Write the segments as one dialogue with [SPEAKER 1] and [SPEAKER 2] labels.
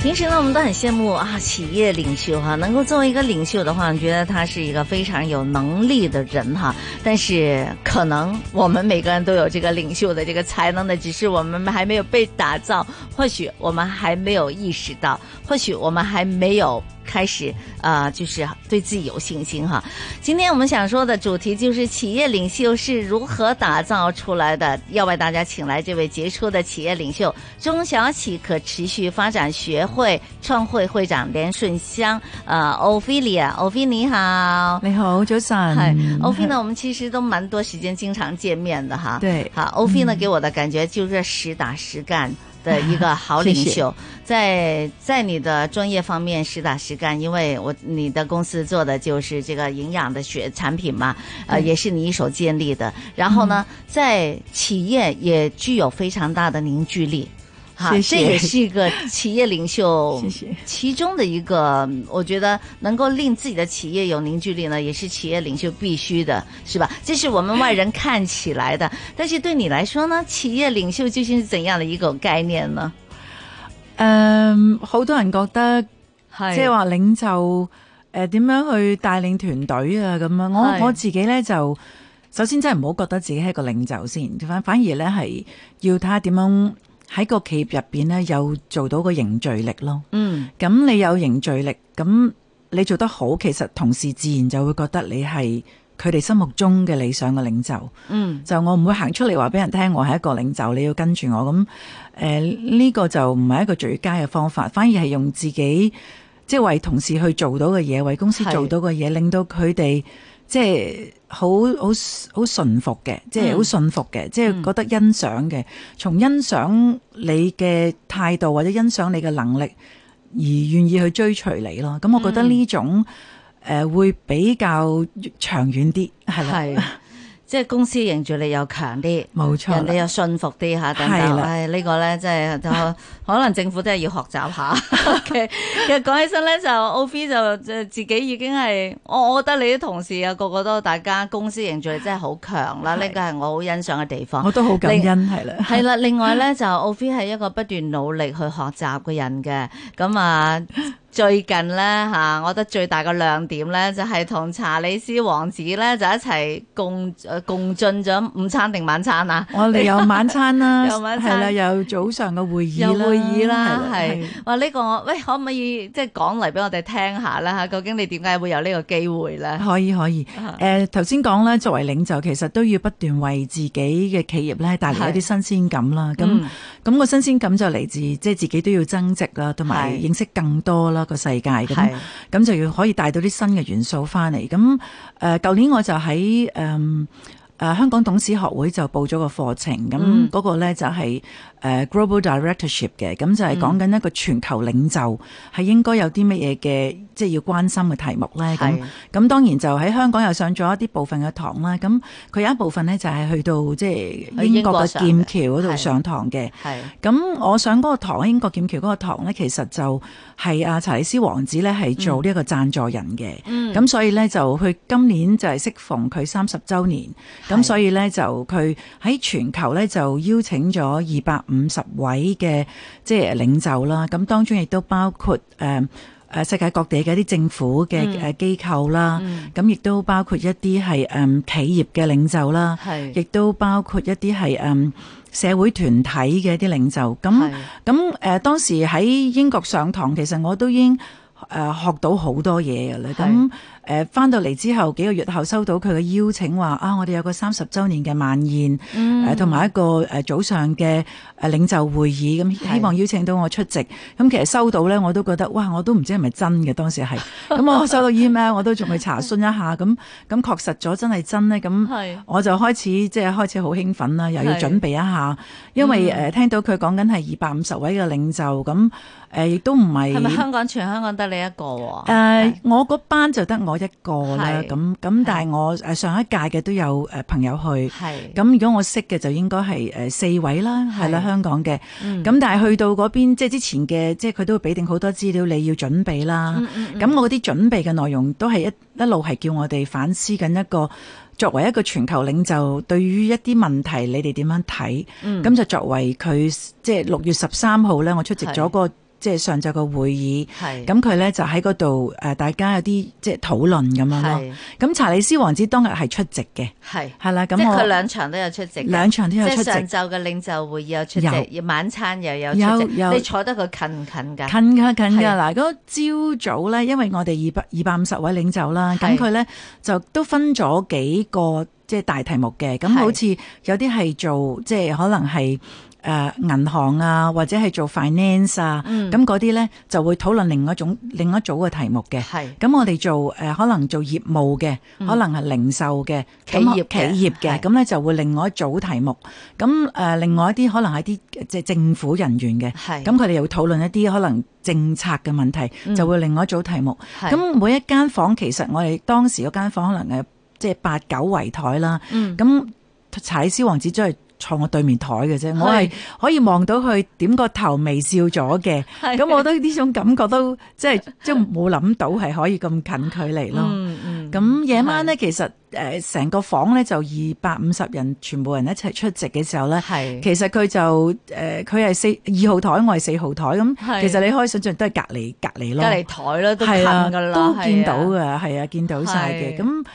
[SPEAKER 1] 平时呢，我们都很羡慕啊，企业领袖哈、能够作为一个领袖的话，觉得他是一个非常有能力的人哈、但是可能我们每个人都有这个领袖的这个才能的，只是我们还没有被打造，或许我们还没有意识到，或许我们还没有开始啊、呃就是对自己有信心哈。今天我们想说的主题就是企业领袖是如何打造出来的，要为大家请来这位杰出的企业领袖——中小企可持续发展学会创会会长连顺香，呃，Ophelia，Ophelia 你好。
[SPEAKER 2] 你好，早晨。
[SPEAKER 1] 嗨欧菲呢，我们其实都蛮多时间经常见面的 哈。
[SPEAKER 2] 对嗯
[SPEAKER 1] 好，欧菲呢给我的感觉就是实打实干的一个好领
[SPEAKER 2] 谢
[SPEAKER 1] 袖，在在你的专业方面实打实干，因为我你的公司做的就是这个营养的学产品嘛，呃，
[SPEAKER 2] 对嗯
[SPEAKER 1] 也是你一手建立的。然后呢，在企业也具有非常大的凝聚力。哈，
[SPEAKER 2] 谢谢
[SPEAKER 1] 这也是一个企业领袖
[SPEAKER 2] 谢谢
[SPEAKER 1] 其中的一个，嗯我觉得能够令自己的企业有凝聚力呢，也是企业领袖必须的，是吧？这是我们外人看起来的，但是对你来说呢，企业领袖究竟是怎样的一个概念呢？
[SPEAKER 2] 诶、嗯好多人覺得
[SPEAKER 1] 係
[SPEAKER 2] 即係話領袖诶点、樣去帶領團隊啊咁
[SPEAKER 1] 係
[SPEAKER 2] 樣。我我自己咧就首先真係唔好覺得自己係一個領袖先，反反而咧係要睇下點樣喺個企業入边咧有做到個凝聚力咯。
[SPEAKER 1] 嗯，
[SPEAKER 2] 咁你有凝聚力，咁你做得好，其實同事自然就會覺得你係佢哋心目中嘅理想嘅領袖。
[SPEAKER 1] 嗯，
[SPEAKER 2] 就我唔會行出嚟話俾人聽，我係一個領袖，你要跟住我咁。誒呢個就唔係一個最佳嘅方法，反而係用自己即係為同事去做到嘅嘢，為公司
[SPEAKER 1] 係
[SPEAKER 2] 做到嘅嘢，令到佢哋即係好好好順服嘅，即係好信服嘅，即係覺得欣賞嘅。從欣賞你嘅態度或者欣賞你嘅能力而願意去追隨你咯。咁我覺得呢種誒會比較長遠啲，係啦，
[SPEAKER 1] 係， 即係公司凝聚力又強啲。
[SPEAKER 2] 冇錯啦
[SPEAKER 1] 人。哋又信服啲嚇，等
[SPEAKER 2] 係
[SPEAKER 1] 等，
[SPEAKER 2] 啦
[SPEAKER 1] 唉，呢個咧真係 就可能政府都係要學習下。OK，其實講起身咧，就 O B 就就自己已經係，我我覺得你啲同事啊，個個都大家公司凝聚力真係好強啦，
[SPEAKER 2] 係
[SPEAKER 1] 呢個係我好欣賞嘅地方
[SPEAKER 2] 我。都好感恩，係啦。
[SPEAKER 1] 係啦，另外咧就 O B 係一個不斷努力去學習嘅人嘅，咁啊。最近咧嚇、我覺得最大嘅亮點咧就係同查理斯王子咧就一齊共誒共進咗午餐定晚餐啊！
[SPEAKER 2] 我哋有晚餐 啦，
[SPEAKER 1] 有晚餐
[SPEAKER 2] 係啦，有早上嘅會議
[SPEAKER 1] 有
[SPEAKER 2] 啦，
[SPEAKER 1] 會議啦，
[SPEAKER 2] 係
[SPEAKER 1] 係話呢個我，喂，可唔可以即係講嚟俾我哋聽下啦？嚇，究竟你點解會有呢個機會咧
[SPEAKER 2] 係？可以可以。
[SPEAKER 1] 啊
[SPEAKER 2] 誒頭先講咧，作為領袖其實都要不斷為自己嘅企業咧帶嚟一啲新鮮感啦。咁
[SPEAKER 1] 嗯
[SPEAKER 2] 咁個新鮮感就嚟自即係自己都要增值啦，同埋
[SPEAKER 1] 係
[SPEAKER 2] 認識更多啦個世界咁
[SPEAKER 1] 係。
[SPEAKER 2] 咁就要可以帶到啲新嘅元素翻嚟。咁誒舊年我就喺誒。嗯誒香港董事學會就報咗個課程，
[SPEAKER 1] 嗯
[SPEAKER 2] 咁嗰個咧就係誒 Global Directorship 嘅，咁就
[SPEAKER 1] 嗯
[SPEAKER 2] 係講緊一個全球領袖係應該有啲乜嘢嘅，即係要關心嘅題目咧。咁
[SPEAKER 1] 係
[SPEAKER 2] 咁當然就喺香港又上咗一啲部分嘅堂啦。咁佢有一部分咧就係去到即係
[SPEAKER 1] 去英
[SPEAKER 2] 英
[SPEAKER 1] 國
[SPEAKER 2] 國嘅
[SPEAKER 1] 上嘅
[SPEAKER 2] 劍橋嗰度
[SPEAKER 1] 係
[SPEAKER 2] 上堂嘅。
[SPEAKER 1] 係
[SPEAKER 2] 咁我上嗰個堂，英國劍橋嗰個堂咧，其實就係阿查理斯王子咧係做呢一個贊助人嘅，咁、
[SPEAKER 1] 嗯
[SPEAKER 2] 所以咧就佢今年就係適逢佢三十週年，
[SPEAKER 1] 係
[SPEAKER 2] 咁所以咧就佢喺全球咧就邀請咗二百五十位嘅即係領袖啦，咁當中亦都包括誒。誒世界各地嘅一啲政府嘅誒機構啦，咁亦、都包括一啲係誒企業嘅領袖啦，
[SPEAKER 1] 係
[SPEAKER 2] 亦都包括一啲係誒社會團體嘅一啲領袖。咁
[SPEAKER 1] 係
[SPEAKER 2] 咁誒，當時喺英國上堂，其實我都已經誒、呃、學到好多嘢嘅啦。咁誒翻到嚟之後幾個月後，收到佢嘅邀請話啊，我哋有個三十週年嘅晚宴，
[SPEAKER 1] 嗯
[SPEAKER 2] 誒同埋一個誒、呃早上嘅誒領袖會議，咁希望邀請到我出席。咁其實收到咧，我都覺得哇，我都唔知係咪真嘅，當時係。 咁我收到 email，我都仲去查詢一下，咁咁確實咗真係真咧，咁。
[SPEAKER 1] 係
[SPEAKER 2] 我就開始即係開始好興奮啦，又要
[SPEAKER 1] 係
[SPEAKER 2] 準備一下，因為
[SPEAKER 1] 嗯
[SPEAKER 2] 誒、呃、聽到佢講緊係二百五十位嘅領袖，咁誒亦都唔
[SPEAKER 1] 係咪
[SPEAKER 2] 係
[SPEAKER 1] 香港全香港得你一個喎。
[SPEAKER 2] 誒、我嗰班就得我一個啦，
[SPEAKER 1] 係
[SPEAKER 2] 咁咁，但係我誒上一屆嘅都有誒朋友去，
[SPEAKER 1] 係
[SPEAKER 2] 咁如果我識嘅就應該係誒呃四位啦，
[SPEAKER 1] 係
[SPEAKER 2] 係啦，香港嘅，咁、
[SPEAKER 1] 嗯
[SPEAKER 2] 但係去到嗰邊即係之前嘅，即係佢都會俾定好多資料你要準備啦，
[SPEAKER 1] 嗯
[SPEAKER 2] 咁、我嗰啲準備嘅內容都係一一路係叫我哋反思緊一個。作為一個全球領袖，對於一啲問題，你哋點樣睇？咁、
[SPEAKER 1] 嗯
[SPEAKER 2] 就作為佢即係六月十三號咧，我出席咗
[SPEAKER 1] 係
[SPEAKER 2] 個即係上晝嘅會議。
[SPEAKER 1] 係
[SPEAKER 2] 咁佢咧就喺嗰度誒，大家有啲即係討論咁樣
[SPEAKER 1] 係
[SPEAKER 2] 咯。咁查理斯王子當日係出席嘅，
[SPEAKER 1] 係，
[SPEAKER 2] 係啦。
[SPEAKER 1] 即
[SPEAKER 2] 咁
[SPEAKER 1] 係佢
[SPEAKER 2] 我
[SPEAKER 1] 兩場都有出席嘅。
[SPEAKER 2] 兩場都有
[SPEAKER 1] 即
[SPEAKER 2] 出
[SPEAKER 1] 係上
[SPEAKER 2] 席，近
[SPEAKER 1] 晝嘅領袖會議有出席，晚餐又有
[SPEAKER 2] 有
[SPEAKER 1] 出席。
[SPEAKER 2] 有
[SPEAKER 1] 你坐得佢近唔近㗎？
[SPEAKER 2] 㗎近㗎
[SPEAKER 1] 啊係
[SPEAKER 2] 嗱。嗰朝早咧，因為我哋二百二百五十位領袖啦，
[SPEAKER 1] 係
[SPEAKER 2] 咁佢咧就都分咗幾個即係大題目嘅。咁
[SPEAKER 1] 係
[SPEAKER 2] 好似有啲係做即係可能係。誒、銀行啊，或者係做 finance 啊，
[SPEAKER 1] 嗯
[SPEAKER 2] 咁嗰啲咧就會討論另一種另一組嘅題目嘅。
[SPEAKER 1] 係
[SPEAKER 2] 咁我哋做誒、呃可能做業務嘅，可能係零售嘅
[SPEAKER 1] 嗯企
[SPEAKER 2] 咁
[SPEAKER 1] 業
[SPEAKER 2] 企
[SPEAKER 1] 嘅
[SPEAKER 2] 業嘅，
[SPEAKER 1] 係
[SPEAKER 2] 咁咧就會另外一組題目。咁誒、呃另外一啲可能係啲即係政府人員嘅，
[SPEAKER 1] 係
[SPEAKER 2] 咁佢哋又會討論一啲可能政策嘅問題，
[SPEAKER 1] 嗯
[SPEAKER 2] 就會另外一組題目。
[SPEAKER 1] 係
[SPEAKER 2] 咁每一間房其實我哋當時嗰間房可能誒即係八九圍台啦。
[SPEAKER 1] 嗯
[SPEAKER 2] 咁查理斯王子真係坐我對面台嘅啫，我係
[SPEAKER 1] 係
[SPEAKER 2] 可以望到佢點個頭微笑咗嘅。
[SPEAKER 1] 係
[SPEAKER 2] 咁我覺得呢種感覺都 即係即係冇諗到係可以咁近距離咯。
[SPEAKER 1] 嗯嗯
[SPEAKER 2] 咁夜晚咧，其實誒成個房咧就二百五十人，全部人一齊出席嘅時候咧，
[SPEAKER 1] 係
[SPEAKER 2] 呃其實佢就誒佢係四二號台，我係四號台，
[SPEAKER 1] 係
[SPEAKER 2] 咁其實你可以想象都係隔離隔離
[SPEAKER 1] 隔
[SPEAKER 2] 咯，
[SPEAKER 1] 離台啦，都近
[SPEAKER 2] 係啊，
[SPEAKER 1] 㗎啦，
[SPEAKER 2] 都
[SPEAKER 1] 係啊
[SPEAKER 2] 見到㗎，係啊，見到晒嘅，
[SPEAKER 1] 係
[SPEAKER 2] 咁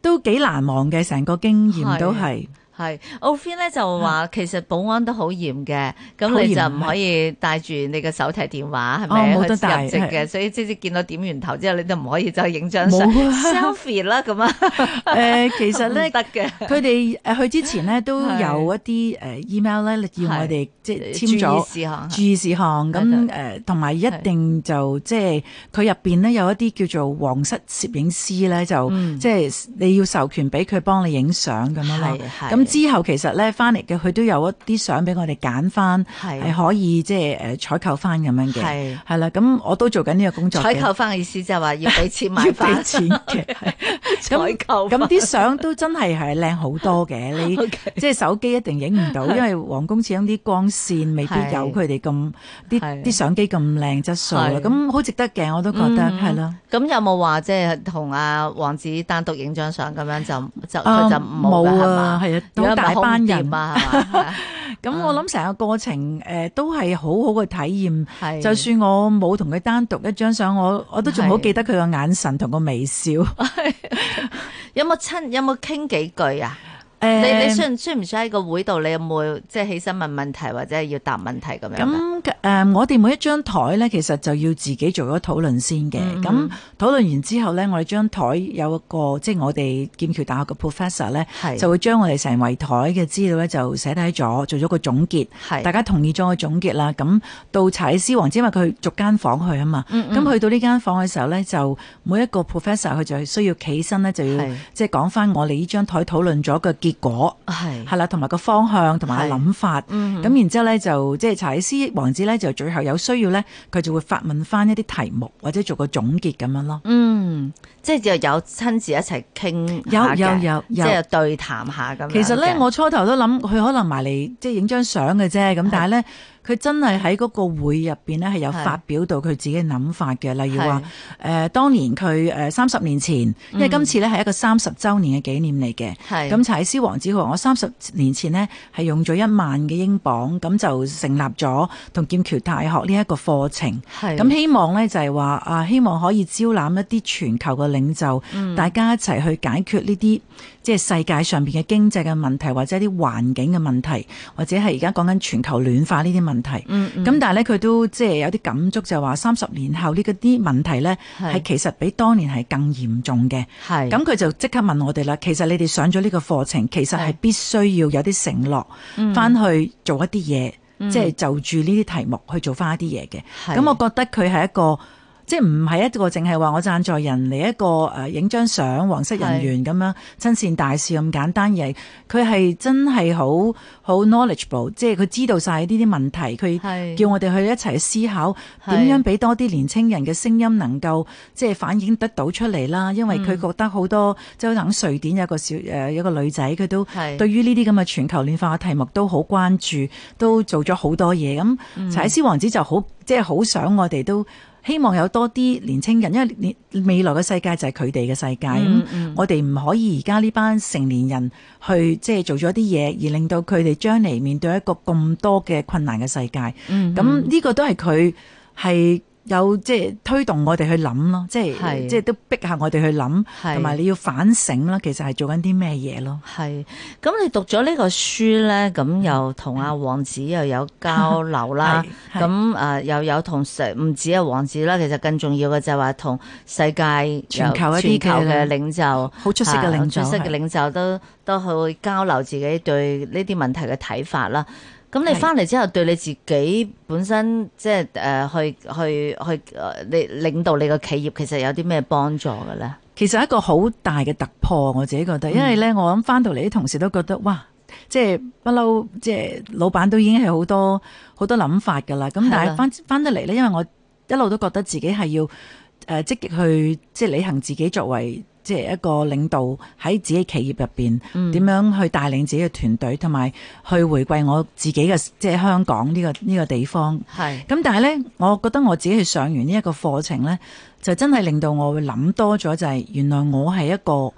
[SPEAKER 2] 都幾難忘嘅，成個經驗都係。
[SPEAKER 1] 係 o f i n 咧就話其實保安都好嚴嘅，咁你就
[SPEAKER 2] 啊好嚴啊
[SPEAKER 1] 唔可以帶住你嘅手提電話，係
[SPEAKER 2] 哦
[SPEAKER 1] 咪？
[SPEAKER 2] 冇得帶
[SPEAKER 1] 去入籍嘅，
[SPEAKER 2] 係
[SPEAKER 1] 所以即係見到點完頭之後，你都唔可以再影張相
[SPEAKER 2] 冇啊
[SPEAKER 1] selfie 啦，咁啊，
[SPEAKER 2] 誒，呃其實 咧
[SPEAKER 1] 唔。得嘅，
[SPEAKER 2] 佢哋誒去之前咧都有
[SPEAKER 1] 係
[SPEAKER 2] 一啲誒 email 咧，要我哋即係簽咗
[SPEAKER 1] 呃注意事項
[SPEAKER 2] 注意事項
[SPEAKER 1] 係
[SPEAKER 2] 咁誒，同埋一定就即係佢入邊咧有一啲叫做皇室攝影師咧，就
[SPEAKER 1] 嗯
[SPEAKER 2] 即係你要授權俾佢幫你影相咁樣咯
[SPEAKER 1] 係。係
[SPEAKER 2] 咁之後其實咧翻嚟嘅佢都有一啲相俾我哋揀翻，
[SPEAKER 1] 係
[SPEAKER 2] 係可以即呃係誒採購翻咁樣嘅。
[SPEAKER 1] 係
[SPEAKER 2] 係啦，咁我都做緊呢個工作嘅。
[SPEAKER 1] 採購翻嘅意思就係話要俾錢買
[SPEAKER 2] 要俾
[SPEAKER 1] 翻，
[SPEAKER 2] 錢 嘅，係咁
[SPEAKER 1] 採購返
[SPEAKER 2] 咁啲相都真係係靚好多嘅，你
[SPEAKER 1] OK
[SPEAKER 2] 即係手機一定影唔到，因為皇宮始終啲光線未必
[SPEAKER 1] 係
[SPEAKER 2] 有佢哋咁啲
[SPEAKER 1] 係
[SPEAKER 2] 啲相機咁靚質素啦
[SPEAKER 1] 係，
[SPEAKER 2] 咁好值得嘅，我都覺得
[SPEAKER 1] 嗯
[SPEAKER 2] 係啦。
[SPEAKER 1] 咁有冇話即係同阿王子單獨影張相咁樣就就
[SPEAKER 2] 啊
[SPEAKER 1] 哦佢就冇㗎
[SPEAKER 2] 冇
[SPEAKER 1] 係
[SPEAKER 2] 啊
[SPEAKER 1] 嘛？
[SPEAKER 2] 係啊
[SPEAKER 1] 如果唔係
[SPEAKER 2] 好大班人
[SPEAKER 1] 好唔掂啊，係嘛？嗯
[SPEAKER 2] 咁我諗成個過程誒都係好好嘅體驗。
[SPEAKER 1] 係
[SPEAKER 2] 就算我冇同佢單獨一張相，我我都仲好
[SPEAKER 1] 係
[SPEAKER 2] 記得佢個眼神同個微笑。
[SPEAKER 1] 有冇親有冇傾幾句啊？你
[SPEAKER 2] 誒
[SPEAKER 1] 你需唔需唔需要喺個會度？你有冇即係起身問問題或者係要答問題咁樣啊㗎？
[SPEAKER 2] 咁誒、呃我哋每一張台咧，其實就要自己做咗討論先嘅。
[SPEAKER 1] 嗯
[SPEAKER 2] 咁、討論完之後咧，我哋張台有一個，即係我哋劍橋大學嘅 professor 咧，
[SPEAKER 1] 係
[SPEAKER 2] 就會將我哋成圍台嘅資料咧就寫低咗，做咗個總結。
[SPEAKER 1] 係
[SPEAKER 2] 大家同意咗個總結啦。咁到查理斯王子，因為佢逐間房去啊嘛，咁、
[SPEAKER 1] 嗯
[SPEAKER 2] 去到呢間房嘅時候咧，就每一個 professor 佢就需要企身咧，就要
[SPEAKER 1] 係
[SPEAKER 2] 即係講翻我哋呢張台討論咗嘅結果。
[SPEAKER 1] 係
[SPEAKER 2] 係啦，同埋個方向同埋個諗法，咁、
[SPEAKER 1] 嗯
[SPEAKER 2] 然之後咧就即係查理斯王子咧就最後有需要咧，佢就會發問翻一啲題目或者做個總結咁樣咯。
[SPEAKER 1] 嗯，即係又有親自一齊傾下嘅，
[SPEAKER 2] 有有有有
[SPEAKER 1] 即係對談下咁樣嘅。
[SPEAKER 2] 其實咧，我初頭都諗佢可能埋嚟即係影張相嘅啫，咁但係咧，佢真係喺嗰個會入邊咧係有
[SPEAKER 1] 係
[SPEAKER 2] 發表到佢自己嘅諗法嘅，例如
[SPEAKER 1] 係
[SPEAKER 2] 話誒、呃，當年佢誒三十年前，因為今次咧係一個三十週年嘅紀念嚟嘅，
[SPEAKER 1] 係
[SPEAKER 2] 咁查理斯王子佢話我三十年前呢，係用咗一萬嘅英鎊，咁就成立咗同劍橋大學呢一個課程。
[SPEAKER 1] 係
[SPEAKER 2] 咁希望呢，就係話啊，希望可以招攬一啲全球嘅領袖，大家一齊去解決呢啲即係世界上邊嘅經濟嘅問題，或者一啲環境嘅問題，或者係而家講緊全球暖化呢啲問題。咁、
[SPEAKER 1] 嗯
[SPEAKER 2] 但係呢，佢都即係有啲感觸，就係話三十年後呢嗰啲問題呢，
[SPEAKER 1] 係
[SPEAKER 2] 係其實比當年係更嚴重嘅。
[SPEAKER 1] 係
[SPEAKER 2] 咁佢就即刻問我哋啦，其實你哋上咗呢個課程，其實係
[SPEAKER 1] 係嗯
[SPEAKER 2] 必須要有啲承諾，翻去做一啲嘢，即係就住呢啲題目去做翻一啲嘢嘅。
[SPEAKER 1] 係
[SPEAKER 2] 咁我覺得佢係一個。即係唔係一個淨係話我贊助人嚟一個誒影張相皇室人員咁樣親善大使咁簡單，而係佢係真係好好 knowledgeable，即係佢知道晒呢啲問題，
[SPEAKER 1] 係
[SPEAKER 2] 佢叫我哋去一齊思考
[SPEAKER 1] 係
[SPEAKER 2] 點樣俾多啲年青人嘅聲音能夠即係反映得到出嚟啦。因為佢覺得好多即係好似瑞典有個小誒有個女仔，佢都
[SPEAKER 1] 係
[SPEAKER 2] 對於呢啲咁嘅全球暖化嘅題目都好關注，都做咗好多嘢。咁
[SPEAKER 1] 嗯
[SPEAKER 2] 柴絲王子就好即係好想我哋都。希望有多啲年青人，因為年未來嘅世界就係佢哋嘅世界。咁、
[SPEAKER 1] 嗯嗯
[SPEAKER 2] 我哋唔可以而家呢班成年人去即係做咗啲嘢，而令到佢哋將嚟面對一個咁多嘅困難嘅世界。咁
[SPEAKER 1] 嗯
[SPEAKER 2] 呢、個都係佢係有即係推動我哋去諗咯，即
[SPEAKER 1] 係
[SPEAKER 2] 係即係都逼下我哋去諗，
[SPEAKER 1] 係
[SPEAKER 2] 同埋你要反省啦。其實係做緊啲咩嘢咯？，
[SPEAKER 1] 係，咁你讀咗呢個書咧，咁又同阿王子又有交流啦
[SPEAKER 2] 係係
[SPEAKER 1] 咁誒、呃又有同世唔止係王子啦，其實更重要嘅就係話同世界有
[SPEAKER 2] 全球一啲嘅
[SPEAKER 1] 全球嘅領袖，
[SPEAKER 2] 好出色嘅領袖
[SPEAKER 1] 啊出色嘅
[SPEAKER 2] 係
[SPEAKER 1] 領袖都都去交流自己對呢啲問題嘅睇法啦。咁你
[SPEAKER 2] 係
[SPEAKER 1] 翻嚟之後，對你自己本身即係呃誒去去去誒你領導你個企業，其實有啲咩幫助嘅咧？
[SPEAKER 2] 其實一個好大嘅突破，我自己覺
[SPEAKER 1] 嗯
[SPEAKER 2] 得，因為咧，我諗翻到嚟啲同事都覺得，哇！即係不嬲，即係老闆都已經係好多好多諗法㗎啦。咁但
[SPEAKER 1] 係啦
[SPEAKER 2] 係翻翻得嚟咧，因為我一路都覺得自己係要誒、呃、積極去即係履行自己作為即係一個領導喺自己企業入邊
[SPEAKER 1] 嗯
[SPEAKER 2] 點樣去帶領自己嘅團隊，同埋去回饋我自己嘅即係香港呢、個呢、個地方。
[SPEAKER 1] 係
[SPEAKER 2] 咁但係咧，我覺得我自己去上完呢一個課程咧，就真係令到我會諗多咗，就係原來我係一個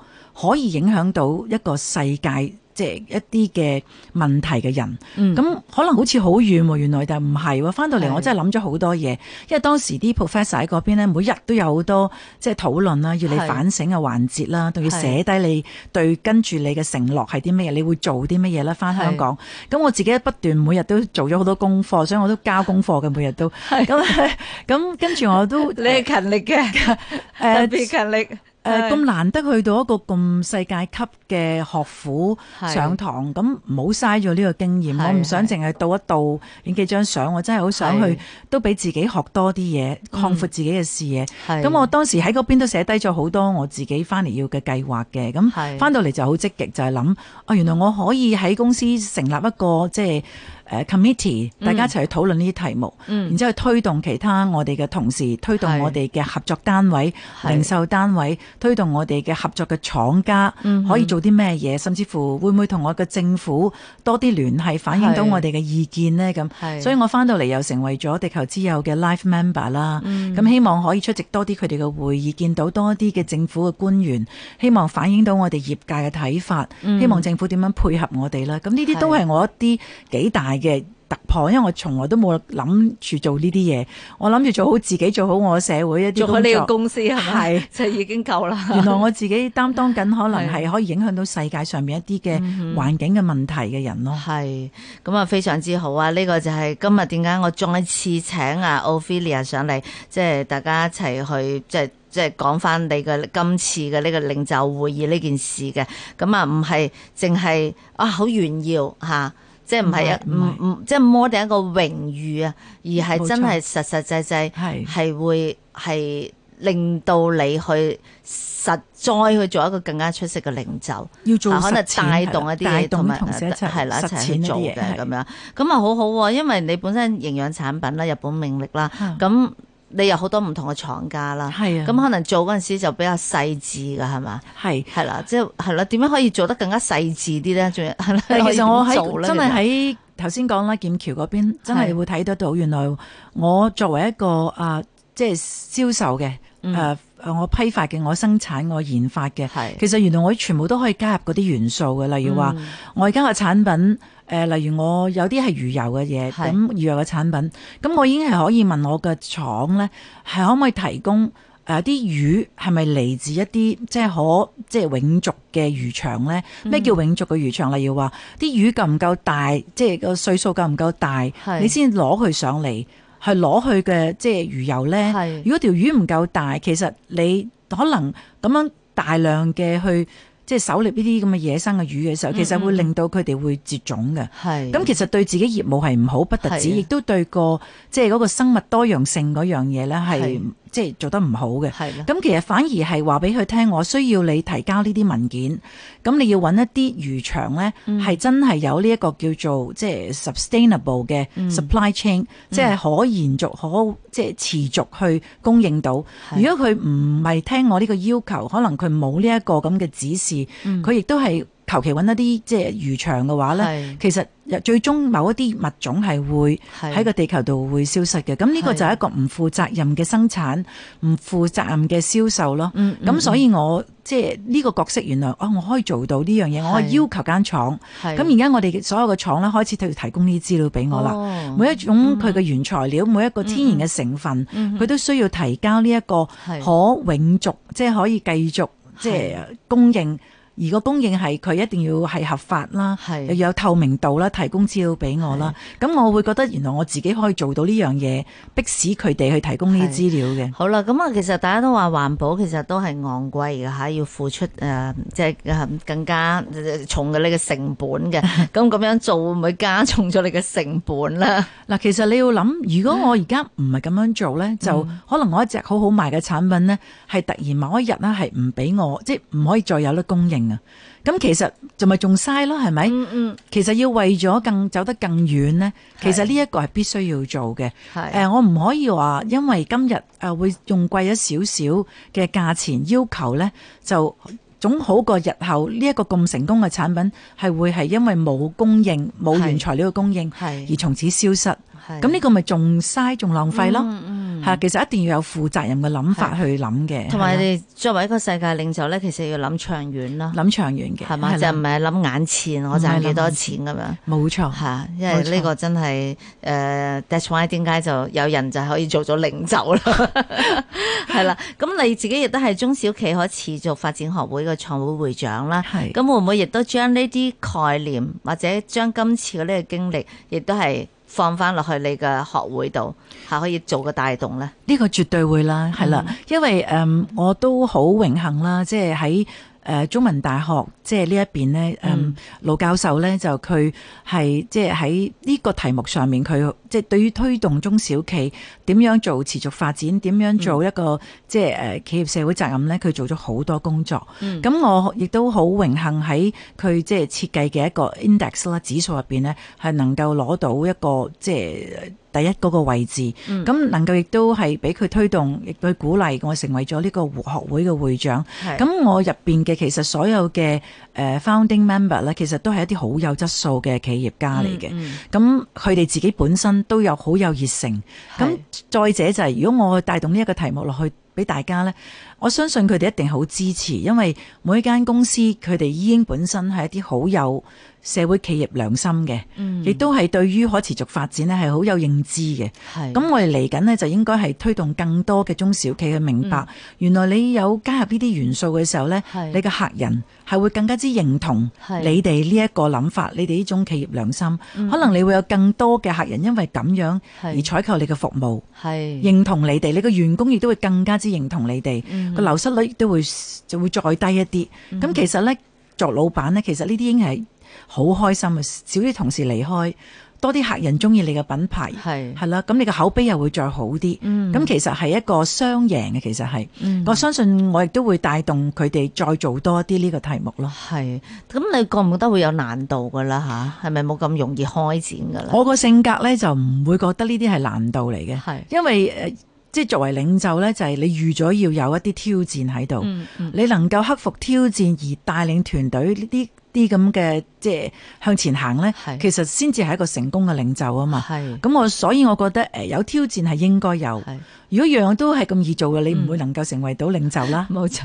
[SPEAKER 2] 可以影響到一個世界，即係一啲嘅問題嘅人。
[SPEAKER 1] 嗯
[SPEAKER 2] 咁可能好似好遠喎，原來但唔係喎。翻到嚟
[SPEAKER 1] 係
[SPEAKER 2] 我真係諗咗好多嘢，因為當時啲 professor 喺嗰邊咧，每日都有好多即係討論啦，要你
[SPEAKER 1] 係
[SPEAKER 2] 反省嘅環節啦，仲要
[SPEAKER 1] 係
[SPEAKER 2] 寫低你對跟住你嘅承諾係啲乜嘢，你會做啲乜嘢啦，翻香港。咁我自己不斷每日都做咗好多功課，所以我都交功課嘅每日都。咁咁跟住我 都
[SPEAKER 1] 你係勤力 嘅，
[SPEAKER 2] 誒
[SPEAKER 1] 勤力。
[SPEAKER 2] 誒呃咁難得去到一個咁世界級嘅學府
[SPEAKER 1] 係
[SPEAKER 2] 上堂，咁唔好嘥咗呢個經驗。
[SPEAKER 1] 係
[SPEAKER 2] 我唔想淨係到一度影幾張相，我真係好想
[SPEAKER 1] 係嗯
[SPEAKER 2] 去都俾自己學多啲嘢，擴闊自己嘅視野。
[SPEAKER 1] 係
[SPEAKER 2] 咁我當時喺嗰邊都寫低咗好多我自己翻嚟要嘅計劃嘅。咁
[SPEAKER 1] 係
[SPEAKER 2] 翻到嚟就好積極，就係諗啊，原來我可以喺公司成立一個即係。誒 committee，大家一齊去討論呢啲題目，
[SPEAKER 1] 嗯
[SPEAKER 2] 然之後推動其他我哋嘅同事，推動
[SPEAKER 1] 係
[SPEAKER 2] 我哋嘅合作單位、
[SPEAKER 1] 係
[SPEAKER 2] 零售單位，推動我哋嘅合作嘅廠家，可以做啲咩嘢，甚至乎會唔會同我嘅政府多啲聯繫，反映到
[SPEAKER 1] 係
[SPEAKER 2] 我哋嘅意見呢？
[SPEAKER 1] 係
[SPEAKER 2] 咁，所以我翻到嚟又成為咗地球之友嘅 life member 啦。
[SPEAKER 1] 嗯
[SPEAKER 2] 咁、希望可以出席多啲佢哋嘅會議，見到多啲嘅政府嘅官員，希望反映到我哋業界嘅睇法，希望政府點樣配合我哋啦。咁呢啲都
[SPEAKER 1] 嗯係
[SPEAKER 2] 係。係我一啲幾大嘅突破，因為我從來都冇諗住做呢啲嘢，我諗住做好自己，做好我嘅社會一啲
[SPEAKER 1] 做好呢個
[SPEAKER 2] 工作。
[SPEAKER 1] 公司係咪？
[SPEAKER 2] 係
[SPEAKER 1] 就已經夠啦。
[SPEAKER 2] 原來我自己擔當緊，可能
[SPEAKER 1] 係嗯
[SPEAKER 2] 係可以影響到世界上面一啲嘅環境嘅問題嘅人咯。
[SPEAKER 1] 係咁啊，非常之好啊！呢、個就係今日點解我再一次請啊 Ophelia 上嚟，即係大家一齊去即係。即係講翻你嘅今次嘅呢個領袖會議呢件事嘅，咁啊唔係淨係啊好炫耀嚇、即係唔係一
[SPEAKER 2] 唔係唔係
[SPEAKER 1] 唔唔即係 more than 一個榮譽啊，而係
[SPEAKER 2] 冇
[SPEAKER 1] 真
[SPEAKER 2] 錯
[SPEAKER 1] 係實實際際
[SPEAKER 2] 係
[SPEAKER 1] 係會係令到你去實在去做一個更加出色嘅領袖。
[SPEAKER 2] 要做
[SPEAKER 1] 啊可能
[SPEAKER 2] 實踐
[SPEAKER 1] 帶動一啲
[SPEAKER 2] 帶
[SPEAKER 1] 嘢，
[SPEAKER 2] 動
[SPEAKER 1] 埋呃
[SPEAKER 2] 啲同事一齊
[SPEAKER 1] 係啦，一
[SPEAKER 2] 實
[SPEAKER 1] 齊
[SPEAKER 2] 踐
[SPEAKER 1] 去
[SPEAKER 2] 一啲
[SPEAKER 1] 做嘅
[SPEAKER 2] 嘢係
[SPEAKER 1] 咁樣，咁啊好好喎，因為你本身營養產品啦、日本命力啦，
[SPEAKER 2] 嗯
[SPEAKER 1] 咁你有好多唔同嘅廠家啦，
[SPEAKER 2] 係啊
[SPEAKER 1] 咁可能做嗰陣時就比較細緻㗎，係嘛？
[SPEAKER 2] 係。
[SPEAKER 1] 係啦，即係係啦，點樣可以做得更加細緻啲咧？仲有係啦，
[SPEAKER 2] 但其實 我
[SPEAKER 1] 可以點做
[SPEAKER 2] 喺
[SPEAKER 1] 呢
[SPEAKER 2] 真係喺頭先講啦，劍橋嗰邊真係
[SPEAKER 1] 係
[SPEAKER 2] 會睇得到，原來我作為一個啊，即係銷售嘅，誒、
[SPEAKER 1] 嗯
[SPEAKER 2] 呃我批發嘅，我生產，我研發嘅
[SPEAKER 1] 係，
[SPEAKER 2] 其實原來我全部都可以加入嗰啲元素嘅，例如
[SPEAKER 1] 嗯
[SPEAKER 2] 話、我而家嘅產品。誒，例如我有啲係魚油嘅嘢，
[SPEAKER 1] 係
[SPEAKER 2] 咁魚油嘅產品，咁我已經係可以問我嘅廠咧，係可唔可以提供誒啲魚係咪嚟自一啲即係可即係永續嘅漁場咧？咩叫永續嘅漁場？例如話啲魚夠唔夠大，即係個歲數夠唔夠大，
[SPEAKER 1] 嗯
[SPEAKER 2] 你先攞佢上嚟，係攞佢嘅即係魚油咧。
[SPEAKER 1] 係
[SPEAKER 2] 如果條魚唔夠大，其實你可能咁樣大量嘅去即係狩獵呢啲咁嘅野生嘅魚嘅時候，其實會令到佢哋會絕種嘅。
[SPEAKER 1] 係
[SPEAKER 2] 咁其實對自己業務係唔好，不
[SPEAKER 1] 嗯
[SPEAKER 2] 特
[SPEAKER 1] 係啊
[SPEAKER 2] 止，亦都對個即係嗰個生物多樣性嗰樣嘢咧係
[SPEAKER 1] 係
[SPEAKER 2] 即係做得唔好嘅。
[SPEAKER 1] 係啦，
[SPEAKER 2] 咁其實反而係話俾佢聽，我需要你提交呢啲文件，咁你要揾一啲漁場呢，
[SPEAKER 1] 嗯
[SPEAKER 2] 係、真係有呢一個叫做即係 sustainable 嘅
[SPEAKER 1] 嗯
[SPEAKER 2] supply chain，、即係可延續、可即係持續去供應到。
[SPEAKER 1] 係
[SPEAKER 2] 如果佢唔係聽我呢個要求，可能佢冇呢一個咁嘅指示，佢亦都係求其揾一啲即係漁場嘅話呢
[SPEAKER 1] 嗯係，
[SPEAKER 2] 其實最終某一啲物種係會
[SPEAKER 1] 係
[SPEAKER 2] 喺個地球度會消失嘅。咁呢個
[SPEAKER 1] 係
[SPEAKER 2] 就係一個唔負責任嘅生產，唔負責任嘅銷售咯。咁、
[SPEAKER 1] 嗯嗯
[SPEAKER 2] 所以我即係呢個角色，原來哦，我可以做到呢樣嘢，我可以要求間廠。
[SPEAKER 1] 嗯係
[SPEAKER 2] 咁而家我哋嘅所有嘅廠咧，開始都要提供呢啲資料俾我啦。
[SPEAKER 1] 哦
[SPEAKER 2] 每一種佢嘅原材料，每一個天然嘅成分，佢、都需要提交呢一個可
[SPEAKER 1] 嗯係
[SPEAKER 2] 永續，即係可以繼續即係
[SPEAKER 1] 係
[SPEAKER 2] 供應。而個供應係佢一定要係合法啦，
[SPEAKER 1] 係
[SPEAKER 2] 又要有透明度啦，提供資料俾我啦。咁我會覺得原來我自己可以做到呢樣嘢，迫使佢哋去提供呢啲資料嘅。
[SPEAKER 1] 好啦，咁啊，其實大家都話環保其實都係昂貴嘅嚇，要付出誒、呃即係呃更加呃重嘅你嘅成本 嘅。咁咁樣做會唔會加重咗你嘅成本咧？
[SPEAKER 2] 嗱，其實你要諗，
[SPEAKER 1] 嗯
[SPEAKER 2] 如果我而家唔係咁樣做呢，就可能我一隻好好賣嘅產品呢，係突然某一日呢係唔俾我，即係唔可以再有得供應啊。咁其實就咪仲嘥咯，係咪？
[SPEAKER 1] 嗯嗯，
[SPEAKER 2] 其實要為咗更走得更遠呢，
[SPEAKER 1] 係
[SPEAKER 2] 其實呢一個係必須要做嘅。
[SPEAKER 1] 係
[SPEAKER 2] 誒、我唔可以話因為今日誒會用貴一少少嘅價錢要求呢，就總好過日後呢一個咁成功嘅產品係會係因為冇供應、冇
[SPEAKER 1] 係
[SPEAKER 2] 原材料嘅供應
[SPEAKER 1] 係
[SPEAKER 2] 而從此消失。
[SPEAKER 1] 係
[SPEAKER 2] 咁呢個咪仲嘥仲浪費咯，係
[SPEAKER 1] 嗯
[SPEAKER 2] 啊其實一定要有負責任嘅諗法去諗嘅，
[SPEAKER 1] 同埋
[SPEAKER 2] 係
[SPEAKER 1] 你作為一個世界領袖咧，其實要諗長遠啦
[SPEAKER 2] 啦，諗長遠嘅，
[SPEAKER 1] 係嘛？
[SPEAKER 2] 係
[SPEAKER 1] 就
[SPEAKER 2] 啦
[SPEAKER 1] 唔係諗眼前我賺幾多錢咁樣。
[SPEAKER 2] 冇錯，
[SPEAKER 1] 吓，因為
[SPEAKER 2] 冇錯
[SPEAKER 1] 呢個真係诶、t h a t s why 點解就有人就可以做咗領 袖啦，係啦。咁你自己亦都係中小企可持續發展學會嘅創會會長啦。
[SPEAKER 2] 係
[SPEAKER 1] 咁會唔會亦都將呢啲概念或者將今次嘅呢個經歷，亦都係放翻落去你嘅學會度，吓可以做個帶動咧？
[SPEAKER 2] 呢個絕對會啦，
[SPEAKER 1] 嗯
[SPEAKER 2] 係啦，因為誒、嗯我都好榮幸啦，即係喺誒中文大學即係呢一邊咧，誒、
[SPEAKER 1] 嗯
[SPEAKER 2] 盧教授咧就佢係即係喺呢個題目上面，佢即係對於推動中小企點樣做持續發展，點樣做一
[SPEAKER 1] 嗯
[SPEAKER 2] 個、即係誒、企業社會責任咧，佢做咗好多工作。
[SPEAKER 1] 嗯
[SPEAKER 2] 咁、我亦都好榮幸喺佢即係設計嘅一個 index 啦指數入邊咧，係能夠攞到一個即係。第一嗰個位置，咁、
[SPEAKER 1] 嗯
[SPEAKER 2] 能夠亦都係俾佢推動，亦都鼓勵我成為咗呢個學會嘅會長。
[SPEAKER 1] 係
[SPEAKER 2] 咁我入邊嘅其實所有嘅誒、呃 founding member 咧，其實都係一啲好有質素嘅企業家嚟嘅。
[SPEAKER 1] 嗯
[SPEAKER 2] 咁佢哋自己本身都有好有熱誠。咁再者就係、如果我帶動呢一個題目落去俾大家呢，我相信佢哋一定好支持，因為每一間公司佢哋已經本身係一啲好有社會企業良心嘅，
[SPEAKER 1] 嗯
[SPEAKER 2] 亦都係對於可持續發展呢係好有認知嘅。
[SPEAKER 1] 係
[SPEAKER 2] 嗯咁我哋嚟緊呢，就應該係推動更多嘅中小企去明白，原來你有加入呢啲元素嘅時候呢，
[SPEAKER 1] 嗯係
[SPEAKER 2] 你嘅客人係會更加之認同
[SPEAKER 1] 係嗯
[SPEAKER 2] 你哋呢一個諗法，你哋呢種企業良心，可能你會有更多嘅客人因為咁樣
[SPEAKER 1] 係
[SPEAKER 2] 而
[SPEAKER 1] 嗯
[SPEAKER 2] 採購你嘅服務。
[SPEAKER 1] 係
[SPEAKER 2] 認同你哋，你個員工亦都會更加之認同你哋，
[SPEAKER 1] 嗯
[SPEAKER 2] 個、流失率亦都會就會再低一啲。咁、其實呢，作老闆呢，其實呢啲已經係好開心嘅，少啲同事離開，多啲客人中意你嘅品牌，
[SPEAKER 1] 係
[SPEAKER 2] 係啦，咁你嘅口碑又會再好啲。咁、
[SPEAKER 1] 嗯
[SPEAKER 2] 其實係一個雙贏嘅，其實係。我相信我亦都會帶動佢哋再做多一啲呢個題目咯。
[SPEAKER 1] 係，咁你覺唔覺得會有難度噶啦吓？係咪冇咁容易開展噶啦？
[SPEAKER 2] 我個性格呢，就唔會覺得呢啲係難度嚟嘅。
[SPEAKER 1] 係
[SPEAKER 2] 因為誒、呃即係作為領袖呢，就係、你預咗要有一啲挑戰喺度，
[SPEAKER 1] 嗯嗯
[SPEAKER 2] 你能夠克服挑戰而帶領團隊呢啲啲咁嘅即係向前行呢，
[SPEAKER 1] 係
[SPEAKER 2] 其實先至係一個成功嘅領袖啊嘛。
[SPEAKER 1] 係
[SPEAKER 2] 咁我所以我覺得誒、呃有挑戰係應該有，
[SPEAKER 1] 係。
[SPEAKER 2] 如果樣樣都係咁易做嘅，你唔會能夠成為到領袖啦。
[SPEAKER 1] 冇 錯，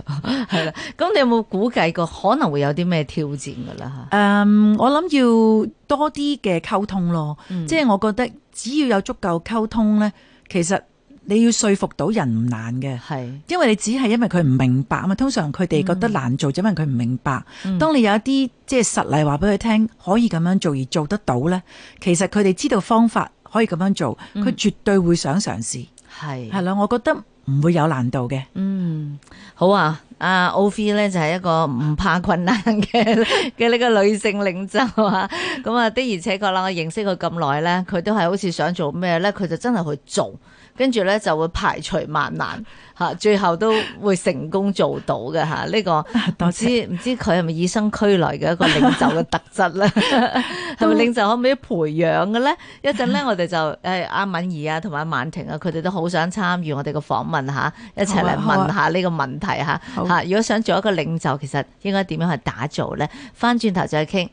[SPEAKER 1] 係啦。咁你有冇估計過可能會有啲咩挑戰噶啦
[SPEAKER 2] 誒、嗯我諗要多啲嘅溝通咯，
[SPEAKER 1] 嗯
[SPEAKER 2] 即係我覺得只要有足夠溝通呢，其實你要說服到人唔難嘅。
[SPEAKER 1] 吓？係
[SPEAKER 2] 因為你只係因為佢唔明白啊嘛，通常佢哋覺得難做，就因為佢唔明白。
[SPEAKER 1] 嗯
[SPEAKER 2] 當你有一啲即係實例話俾佢聽，可以咁樣做而做得到呢，其實佢哋知道方法可以咁樣做，佢絕對會想嘗試。
[SPEAKER 1] 嗯係
[SPEAKER 2] 係啦、我覺得唔會有難度嘅。
[SPEAKER 1] 嗯，好啊！阿奧菲咧就係一個唔怕困難嘅 嘅呢個女性領袖啊。咁啊的而且確啦，我認識佢咁耐咧，佢都係好似想做咩咧，佢就真係去做，跟住咧就會排除萬難嚇，最後都會成功做到嘅嚇。呢、個唔
[SPEAKER 2] 多
[SPEAKER 1] 知
[SPEAKER 2] 謝
[SPEAKER 1] 唔知佢係咪與生俱來嘅一個領袖嘅特質 咧？係咪領袖可唔可以培養嘅咧？一陣咧，我哋就 誒阿敏儀啊，同埋阿曼婷啊，佢哋都好想參與我哋嘅訪問嚇，一齊嚟
[SPEAKER 2] 好啊好啊
[SPEAKER 1] 問下呢個問題嚇
[SPEAKER 2] 好
[SPEAKER 1] 嚇。如果想做一個領袖，其實應該點樣去打造咧？翻轉頭再傾。